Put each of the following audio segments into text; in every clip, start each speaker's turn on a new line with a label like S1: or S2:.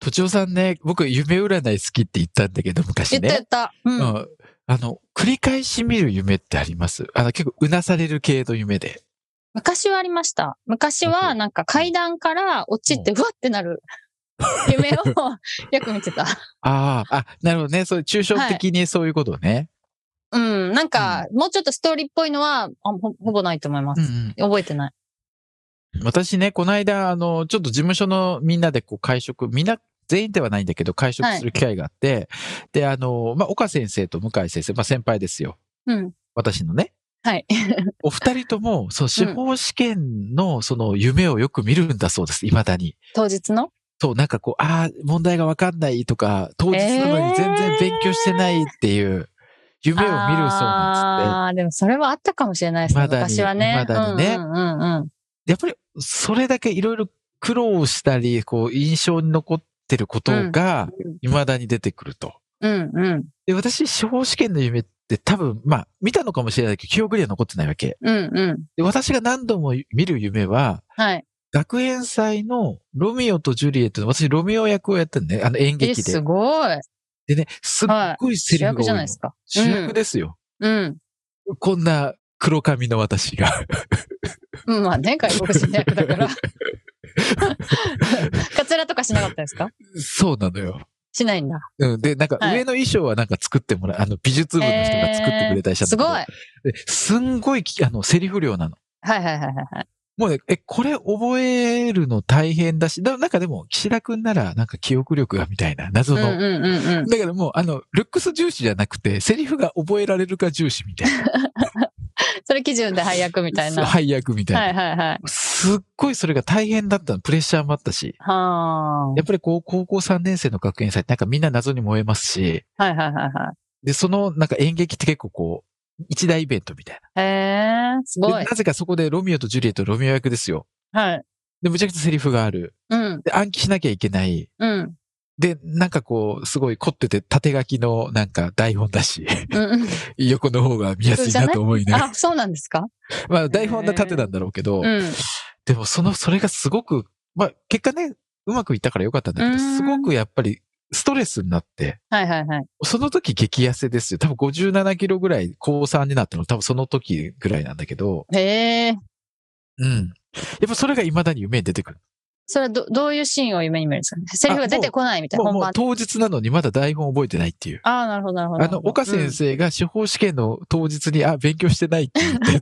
S1: とちおさんね、僕、夢占い好きって言ったんだけど、昔
S2: 言った言
S1: ね。
S2: った、う、
S1: うんん。あの、繰り返し見る夢ってありますあの、結構、うなされる系の夢で。
S2: 昔はありました昔はなんか階段から落ちてうわってなる 夢をよく見てた
S1: ああ、あ、なるほどね。そういう、抽象的にそういうことね。
S2: うん、なんか、もうちょっとストーリーっぽいのはあほほぼないと思います。
S1: うんうん
S2: 覚えてない。
S1: 私ね、この間、あの、ちょっと事務所のみんなでこう会食、みんな、全員ではないんだけど、会食する機会があって、で、あの、まあ、岡先生と向井先生、まあ、先輩ですよ。
S2: うん。
S1: 私のね。
S2: はい。
S1: お二人とも、そう、司法試験の、その、夢をよく見るんだそうです、未だに。
S2: 当日の
S1: そう、なんかこう、ああ、問題がわかんないとか、当日なのに全然勉強してないっていう、夢を見るそうなんですって。
S2: ああー、でもそれはあったかもしれないですね。
S1: 未だに
S2: 昔はね。
S1: 未だにね
S2: うんうんうんうん。
S1: やっぱり、それだけいろいろ苦労したり、こう、印象に残ってることが、未だに出てくると。
S2: うんうん。
S1: で、私、司法試験の夢って多分、まあ、見たのかもしれないけど、記憶には残ってないわけ。
S2: うんうん。
S1: で、私が何度も見る夢は、
S2: はい。
S1: 学園祭のロミオとジュリエットの、私、ロミオ役をやってるね、あの演
S2: え、
S1: 劇
S2: す
S1: で。
S2: ごい。
S1: でね、すっごいセリ
S2: 主
S1: フ
S2: 役
S1: が多い
S2: じゃ
S1: の、
S2: ないですか。
S1: 主役ですよ。
S2: うん。
S1: こんな黒髪の私が。
S2: うん、まあね、外国人役だから。カツラとかしなかったですか
S1: そうなのよ。
S2: しないんだ。
S1: うん、で、なんか
S2: はい
S1: 上の衣装はなんか作ってもらう、あの美術部の人が作ってくれたりしたん
S2: す
S1: だけ
S2: ごい。
S1: ど
S2: はい
S1: ですんごいき、あの、セリフ量なの。
S2: はいはいはいはい。
S1: もうね、え、これ覚えるの大変だし、だなんかでも、岸田くんならなんか記憶力がみたいな謎
S2: うん
S1: の。
S2: うんうんうん。
S1: だからもう、あの、ルックス重視じゃなくて、セリフが覚えられるか重視みたいな。
S2: それ基準で配役みたいな。
S1: そう
S2: は
S1: 配役みたいな。
S2: いはいはい。
S1: すっごいそれが大変だったの。プレッシャーもあったし。
S2: は
S1: やっぱりこう、高校3年生の学園祭ってなんかみんな謎に燃えますし、
S2: あ。はいはいはいは
S1: で、そのなんか演劇って結構こう、一大イベントみたい
S2: い。へえ、すご
S1: な。
S2: い
S1: で。なぜかそこでロミオとジュリエット、ロミオ役ですよ。
S2: はい。
S1: で、むちゃくちゃセリフがある。
S2: うん、
S1: で、暗記しなきゃいけない。
S2: うん、
S1: で、なんかこう、すごい凝ってて、縦書きのなんか台本だし、
S2: うん。
S1: 横の方が見やすいなと思いながら。
S2: あ、そうなんですか
S1: まあ、台本が縦なんだろうけど、
S2: うん。
S1: でもその、それがすごく、まあ、結果ね、うまくいったからよかったんだけ
S2: う
S1: ど、
S2: ん
S1: すごくやっぱりストレスになって、
S2: はいはいはい。
S1: その時激痩せですよ。多分57キロぐらい、高3になったの、多分その時ぐらいなんだけど、
S2: へえ。
S1: うん。やっぱそれが未だに夢に出てくる。
S2: それはど、どういうシーンを夢に見るんですかねセリフが出てこないみたい
S1: も
S2: な、
S1: う
S2: 本
S1: もう
S2: 番。
S1: 当日なのにまだ台本覚えてないっていう。
S2: ああ、なるほどなるほど。
S1: あの、岡先生が司法試験の当日に、あ、勉強してないって言って、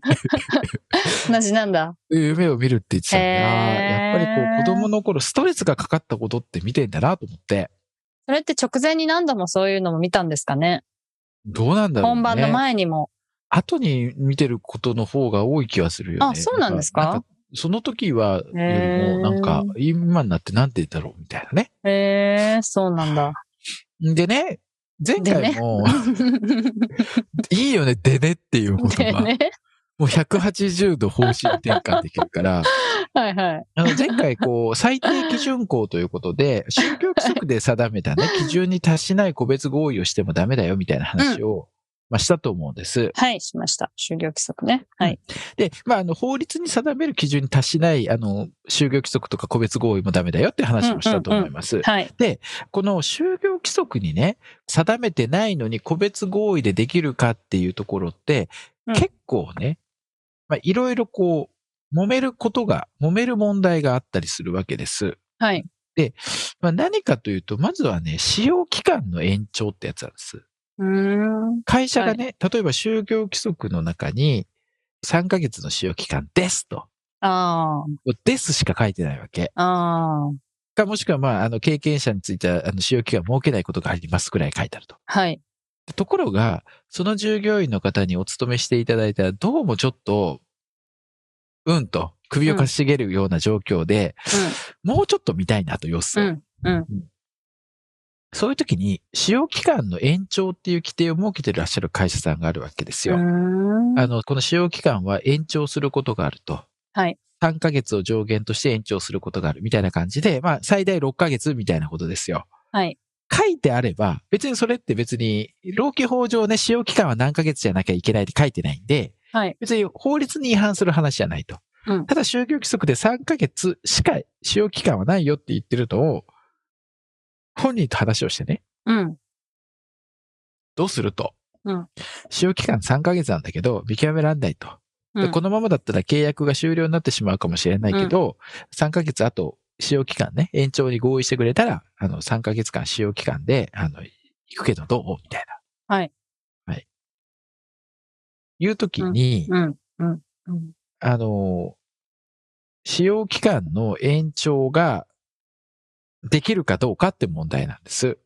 S2: うん。同じなんだ。
S1: 夢を見るって言ってたんだ
S2: へー
S1: やっぱりこう、子供の頃、ストレスがかかったことって見てんだなと思って、
S2: それって直前に何度もそういうのも見たんですかね
S1: どうなんだろうね。
S2: 本番の前にも。
S1: 後に見てることの方が多い気はするよね。
S2: あそうなんですか
S1: なんその時は、よりも、なんか、今になってなんて言ったろうみたいなね。
S2: へえ、そうなんだ。
S1: でね、前回も、 いいよね、でねっていう言
S2: で
S1: 葉。
S2: ね。
S1: もう180度方針転換できるから、
S2: はいはい。
S1: あの前回こう、最低基準項ということで、宗教規則で定めたね、基準に達しない個別合意をしてもダメだよみたいな話を、まあしたと思うんです。
S2: はい、しました。就業規則ね。はい。
S1: で、まあ、あの、法律に定める基準に達しない、あの、就業規則とか個別合意もダメだよって話もしたと思います。
S2: はい。
S1: この就業規則にね、定めてないのに個別合意でできるかっていうところって、
S2: うん
S1: 結構ね、まあ、いろいろこう、揉めることが、揉める問題があったりするわけです。
S2: はい。
S1: まあ、何かというと、まずはね、使用期間の延長ってやつなんです。
S2: うーん。
S1: 会社がね、例えば就業規則の中に、3ヶ月の使用期間ですと。
S2: あ
S1: ですしか書いてないわけ。
S2: あ、ああ、
S1: か、もしくは、まあ、あの、経験者については、あの、使用期間設けないことがありますくらい書いてあると。
S2: はい。
S1: でところが、その従業員の方にお勤めしていただいたら、どうもちょっと、うんと、首をかしげるような状況で、もうちょっと見たいなと、様子
S2: う
S1: を
S2: ん。うん。
S1: そういう時に使用期間の延長っていう規定を設けてらっしゃる会社さんがあるわけですよ。
S2: は
S1: あの、この使用期間は延長することがあると。
S2: い。
S1: 3ヶ月を上限として延長することがあるみたいな感じで、まあ、最大6ヶ月みたいなことですよ。
S2: はい。
S1: 書いてあれば、別にそれって別に、労基法上ね、使用期間は何ヶ月じゃなきゃいけないって書いてないんで、
S2: はい
S1: 別に法律に違反する話じゃないと。
S2: うん
S1: ただ、就業規則で3ヶ月しか使用期間はないよって言ってるのを、本人と話をしてね、
S2: うん。
S1: どうすると。
S2: うん
S1: 使用期間3ヶ月なんだけど、見極めらんないと。
S2: う
S1: で
S2: ん
S1: このままだったら契約が終了になってしまうかもしれないけど、3ヶ月後、使用期間ね、延長に合意してくれたら、あの、3ヶ月間使用期間で、あの、行くけどどうみたいな。
S2: はい。
S1: はい。いうときに、
S2: うん。うん。うん。
S1: あの、使用期間の延長ができるかどうかって問題なんです。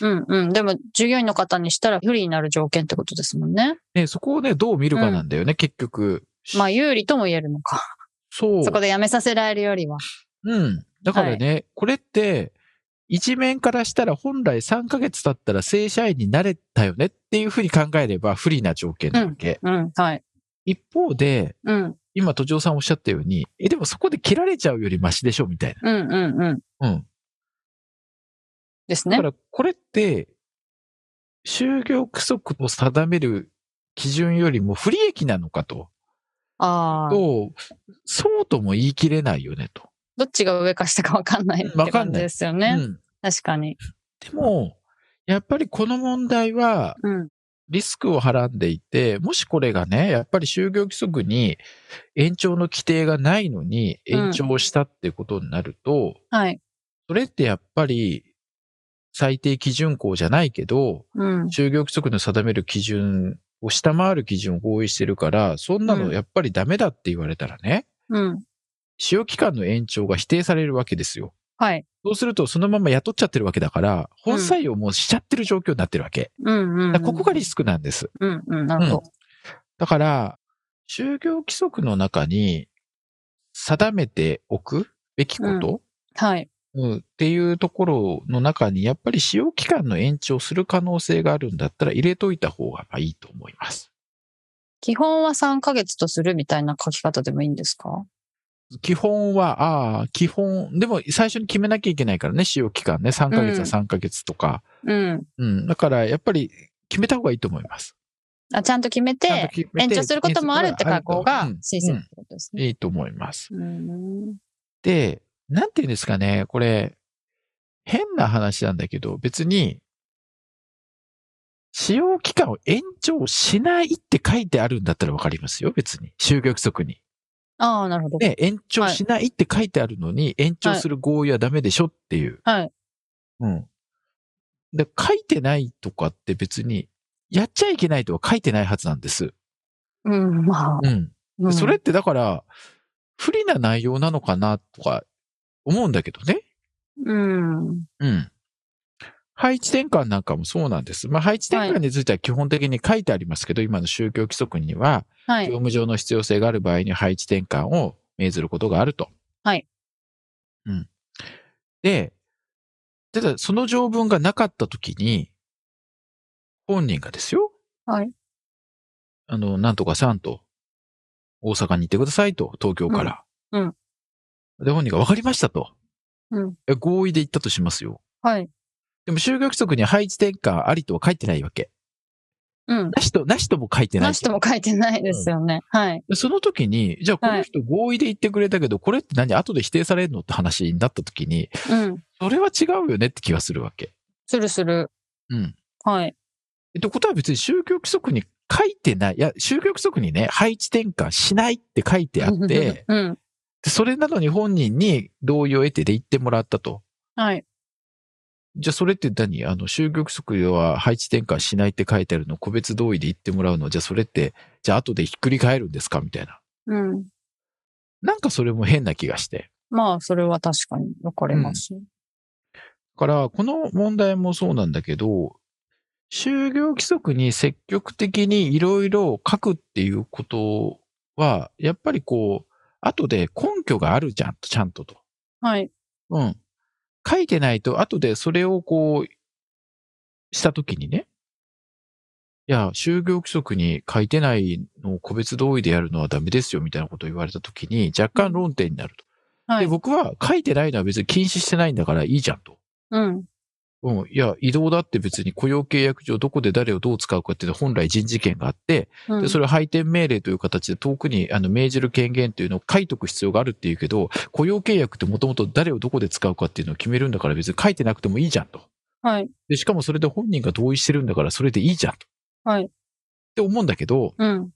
S2: うん。うん。でも、従業員の方にしたら不利になる条件ってことですもんね。
S1: ね、そこをね、どう見るかなんだよね、結局。
S2: まあ、有利とも言えるのか。
S1: そう。
S2: そこで辞めさせられるよりは。
S1: うん。だからね、これって、一面からしたら本来3ヶ月経ったら正社員になれたよねっていうふうに考えれば不利な条件なわけ。
S2: うん。はい。
S1: 一方で、
S2: うん。
S1: 今、都城さんおっしゃったように、え、でもそこで切られちゃうよりマシでしょみたい
S2: うん。うん。うん。
S1: な。うん。
S2: です
S1: だ
S2: ね
S1: か。らこれって、就業規則を定める基準よりも不利益なのかと。
S2: ああ。
S1: とそうとも言い切れないよねと。
S2: どっちが上か下か分かんないっ
S1: わ
S2: て
S1: かん
S2: 感
S1: ない
S2: じですよ
S1: う
S2: ね。
S1: ん。
S2: 確かに。
S1: でも、やっぱりこの問題は、
S2: うん。
S1: リスクをはらんでいて、もしこれがね、やっぱり就業規則に延長の規定がないのに
S2: うん
S1: 延長したっていうことになると、
S2: はい。
S1: それってやっぱり最低基準項じゃないけど、
S2: うん。
S1: 就業規則の定める基準を下回る基準を合意してるから、そんな
S2: う
S1: の
S2: ん
S1: やっぱりダメだって言われたらね、
S2: うん。
S1: 使用期間の延長が否定されるわけですよ。
S2: はい。
S1: そうするとそのまま雇っちゃってるわけだから、本採用もうしちゃってる状況になってるわけ。
S2: うんうん、
S1: だ
S2: うん。
S1: からここがリスクなんです。
S2: うんうん。なるほど。
S1: だから、就業規則の中に定めておくべきこと、
S2: はい。
S1: うんっていうところの中に、やっぱり使用期間の延長する可能性があるんだったら入れといた方がまあいいと思います。
S2: 基本は3ヶ月とするみたいな書き方でもいいんですか
S1: 基本は、ああ、基本、でも最初に決めなきゃいけないからね、使用期間ね、3ヶ月は3ヶ月とか。
S2: うん。
S1: うん、だからやっぱり決めた方がいいと思います。
S2: あ、ちゃんと決め
S1: ちゃんと
S2: て、
S1: 決め
S2: 延
S1: て
S2: 長することもあるって覚悟が
S1: うん
S2: 親切ってことです
S1: うん
S2: ね。
S1: いいと思います。
S2: うん。
S1: で、なんて言うんですかね、これ、変な話なんだけど、別に、使用期間を延長しないって書いてあるんだったらわかりますよ、別に。就業規則に。
S2: ああ、なるほど。
S1: ね、延長しないって書いてあるのに、延長する合意はダメでしょっていう。
S2: はい。
S1: うん。で、書いてないとかって別に、やっちゃいけないとは書いてないはずなんです。
S2: うん、まあ
S1: うん。
S2: うん。
S1: それってだから、不利な内容なのかなとか思うんだけどね。
S2: うん。
S1: うん。配置転換なんかもそうなんです。まあ、配置転換については基本的に書いてありますけど、今の宗教規則には、
S2: は
S1: 業
S2: い。
S1: 務上の必要性がある場合に配置転換を命ずることがあると。
S2: はい。
S1: うん。で、ただその条文がなかったときに、本人がですよ。
S2: はい。
S1: あの、なんとかさんと、大阪に行ってくださいと、東京から。
S2: うん
S1: で、本人が分かりましたと。
S2: うん。
S1: え合意で行ったとしますよ。
S2: はい。
S1: でも、就業規則に配置転換ありとは書いてないわけ。
S2: うん。
S1: なしと、なしとも書いてない
S2: なしとも書いてないですよね。はい。
S1: でその時に、じゃあこの人合意で言ってくれたけど、これって何後で否定されるのって話になった時に、
S2: うん。
S1: それは違うよねって気がするわけ。
S2: するする。
S1: うん。
S2: はい。
S1: ってことは別に宗教規則に書いてない、いや、宗教規則にね、配置転換しないって書いてあって、で、
S2: うん。
S1: それなのに本人に同意を得てで言ってもらったと。
S2: はい。
S1: じゃあそれって何あの、就業規則では配置転換しないって書いてあるの個別同意で言ってもらうのじゃあそれって、じゃあ後でひっくり返るんですかみたいな。
S2: うん。
S1: なんかそれも変な気がして。
S2: まあ、それは確かに分かれます。
S1: だから、この問題もそうなんだけど、就業規則に積極的にいろいろ書くっていうことは、やっぱりこう、後で根拠があるじゃんと、ちゃんとと。
S2: はい。
S1: うん。書いてないと、後でそれをこう、したときにね、いや、就業規則に書いてないのを個別同意でやるのはダメですよみたいなことを言われたときに、若干論点になると。
S2: は
S1: で、
S2: い。
S1: 僕は書いてないのは別に禁止してないんだからいいじゃんと。
S2: うん。
S1: うん。いや、移動だって別に雇用契約上どこで誰をどう使うかっていうのは本来人事権があって、
S2: うん
S1: で、それを配点命令という形で遠くにあの命じる権限というのを書いとく必要があるっていうけど、雇用契約ってもともと誰をどこで使うかっていうのを決めるんだから別に書いてなくてもいいじゃんと。
S2: はい。
S1: で、しかもそれで本人が同意してるんだからそれでいいじゃんと。
S2: はい
S1: って思うんだけど、
S2: うん。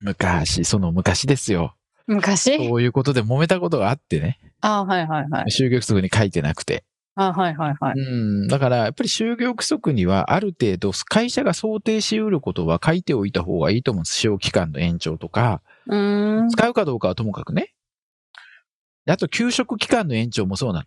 S1: 昔、その昔ですよ。
S2: 昔
S1: そういうことで揉めたことがあってね。
S2: ああ、はいはいはい。
S1: 就業規則に書いてなくて。
S2: ああ、はいはいはい。
S1: うん。だから、やっぱり就業規則にはある程度、会社が想定しうることは書いておいた方がいいと思うんです。使用期間の延長とか。
S2: うーん。
S1: 使うかどうかはともかくね。であと、休職期間の延長もそうなの。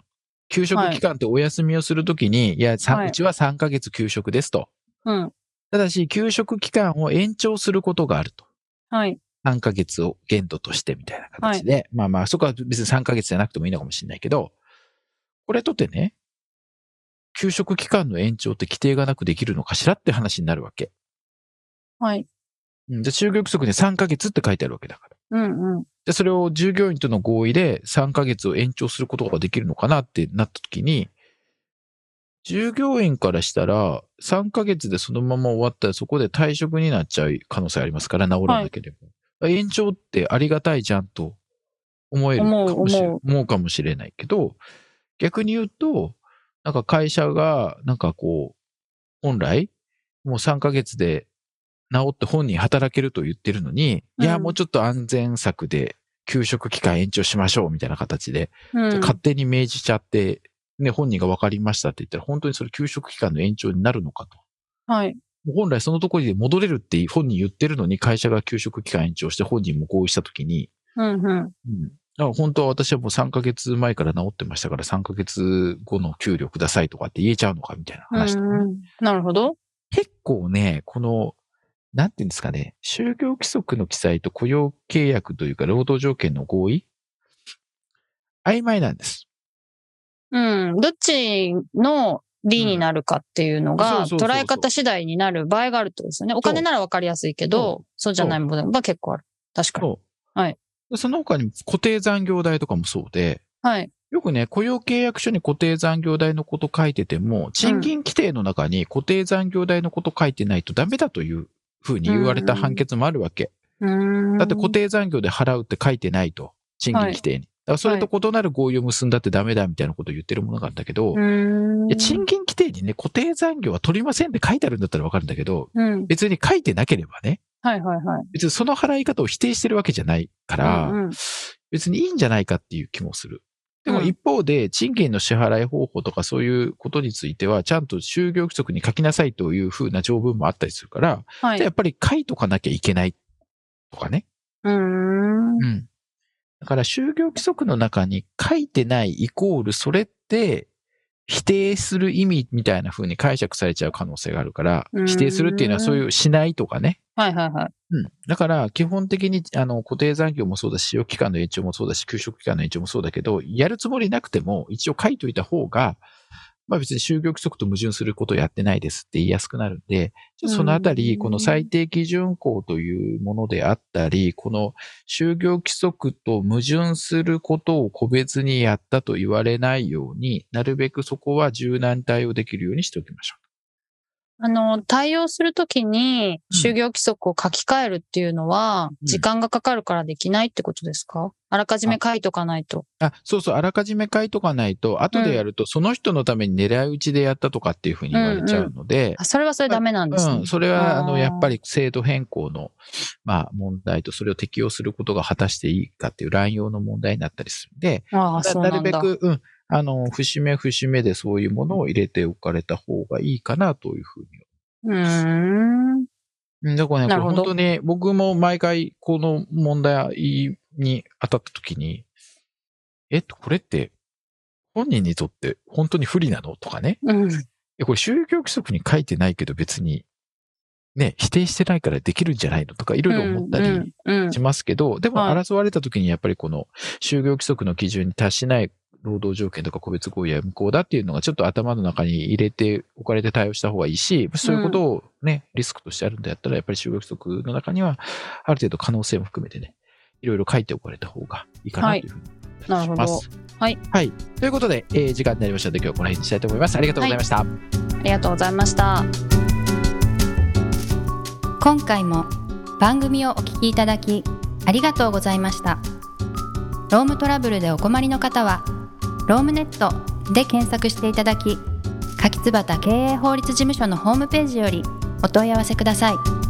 S1: 休職期間ってお休みをするときに、い、や、さ
S2: はいう
S1: ちは3ヶ月休職ですと。
S2: うん。
S1: ただし、休職期間を延長することがあると。
S2: はい。
S1: 3ヶ月を限度としてみたいな形で。まあまあ、そこは別に3ヶ月じゃなくてもいいのかもしれないけど、これとってね、休職期間の延長って規定がなくできるのかしらって話になるわけ。
S2: はい。
S1: うんで、就業規則に3ヶ月って書いてあるわけだから。
S2: うんうん。
S1: で、それを従業員との合意で3ヶ月を延長することができるのかなってなった時に、従業員からしたら、3ヶ月でそのまま終わったらそこで退職になっちゃう可能性ありますから、治らなければ。延長ってありがたいじゃんと思えるか
S2: 思う
S1: もしれ
S2: 思
S1: 思うかもしれないけど、逆に言うと、なんか会社が、なんかこう、本来、もう3ヶ月で治って本人働けると言ってるのに、いや、
S2: うん
S1: もうちょっと安全策で休職期間延長しましょうみたいな形で、
S2: うん。
S1: 勝手に命じちゃって、ね、本人が分かりましたって言ったら、本当にそれ休職期間の延長になるのかと。
S2: はい。
S1: もう本来そのところで戻れるって本人言ってるのに、会社が休職期間延長して本人も合意したときに、
S2: うんうん。
S1: うん。だから本当は私はもう3ヶ月前から治ってましたから、3ヶ月後の給料くださいとかって言えちゃうのかみたいな話とかね、
S2: うんうんなるほど。
S1: 結構ね、この、なんていうんですかね、就業規則の記載と雇用契約というか労働条件の合意、曖昧なんです。
S2: うん。どっちの理になるかっていうの
S1: う
S2: が、
S1: んそうそうそうそう
S2: 捉え方次第になる場合があるってことですよね。お金ならわかりやすいけど、そうじゃないものが結構ある。確かに。
S1: そう。
S2: はい
S1: で。その他にも固定残業代とかもそうで、
S2: はい。
S1: よくね、雇用契約書に固定残業代のこと書いてても、賃金規定の中に固定残業代のこと書いてないとダメだというふうに言われた判決もあるわけ。
S2: うーん。
S1: だって固定残業で払うって書いてないと、賃金規定に。だからそれと異なる合意を結んだってダメだみたいなことを言ってるものがあるんだけど、
S2: うーん。
S1: いや賃金規定にね、固定残業は取りませんって書いてあるんだったらわかるんだけど、
S2: うん。
S1: 別に書いてなければね、
S2: はいはいはい。
S1: 別にその払い方を否定してるわけじゃないから、
S2: うんうん
S1: 別にいいんじゃないかっていう気もする。でも
S2: うん
S1: 一方で、賃金の支払い方法とかそういうことについては、ちゃんと就業規則に書きなさいというふうな条文もあったりするから、
S2: は
S1: じゃあや
S2: い。
S1: っぱり書いとかなきゃいけないとかね。
S2: うーん。
S1: うん。だから、就業規則の中に書いてないイコール、それって、否定する意味みたいな風に解釈されちゃう可能性があるから
S2: うーん、
S1: 否定するっていうのはそういうしないとかね。
S2: はいはいはい。
S1: うん。だから、基本的に、あの、固定残業もそうだし、使用期間の延長もそうだし、休職期間の延長もそうだけど、やるつもりなくても、一応書いといた方が、まあ別に就業規則と矛盾することをやってないですって言いやすくなるんで、ちょっとそのあた
S2: う
S1: り、
S2: ん
S1: この最低基準項というものであったり、この就業規則と矛盾することを個別にやったと言われないように、なるべくそこは柔軟に対応できるようにしておきましょ
S2: あの、対応するときに、
S1: うん
S2: 就業規則を書き換えるっていうのは、
S1: ん
S2: 時間がかかるからできないってことですかあらかじめ書いとかないと。
S1: う。あ、そうそう、あらかじめ書いとかないと、後でやると、その人のために狙い撃ちでやったとかっていうふうに言われちゃうので、
S2: あそれはそれダメなんですね
S1: うん、。それは、
S2: あ
S1: あ
S2: ー
S1: の、やっぱり制度変更の、まあ、問題と、それを適用することが果たしていいかっていう乱用の問題になったりするんで、
S2: ああ、
S1: な
S2: そう
S1: な
S2: な
S1: る
S2: ん
S1: べ
S2: だ。
S1: く、うん、あの、節目節目でそういうものを入れておかれた方がいいかなというふうに。
S2: うーん。
S1: うんだからね、
S2: な
S1: これ
S2: るほど
S1: 本当に、僕も毎回この問題に当たった時に、えっと、これって、本人にとって本当に不利なのとかね。
S2: うん。
S1: いやこれ、就業規則に書いてないけど別に、ね、否定してないからできるんじゃないのとか、いろいろ思ったり
S2: うんうんうん
S1: しますけど、でも
S2: はい
S1: 争われた時にやっぱりこの就業規則の基準に達しない労働条件とか個別合意は無効だっていうのがちょっと頭の中に入れておかれて対応した方がいいし、そういうことをね、リスクとしてあるんだったら、やっぱり就業規則の中には、ある程度可能性も含めてね、いろいろ書いておかれた方がいいかなというふうに思います。
S3: はい
S1: はい。ということで、えー時間になりましたので、今日はこの辺にしたいと思います。ありがとうございました。
S3: ありがとうございました今回も番組をお聞きいただきありがとうございましたロームトラブルでお困りの方はロームネットで検索していただき柿椿経営法律事務所のホームページよりお問い合わせください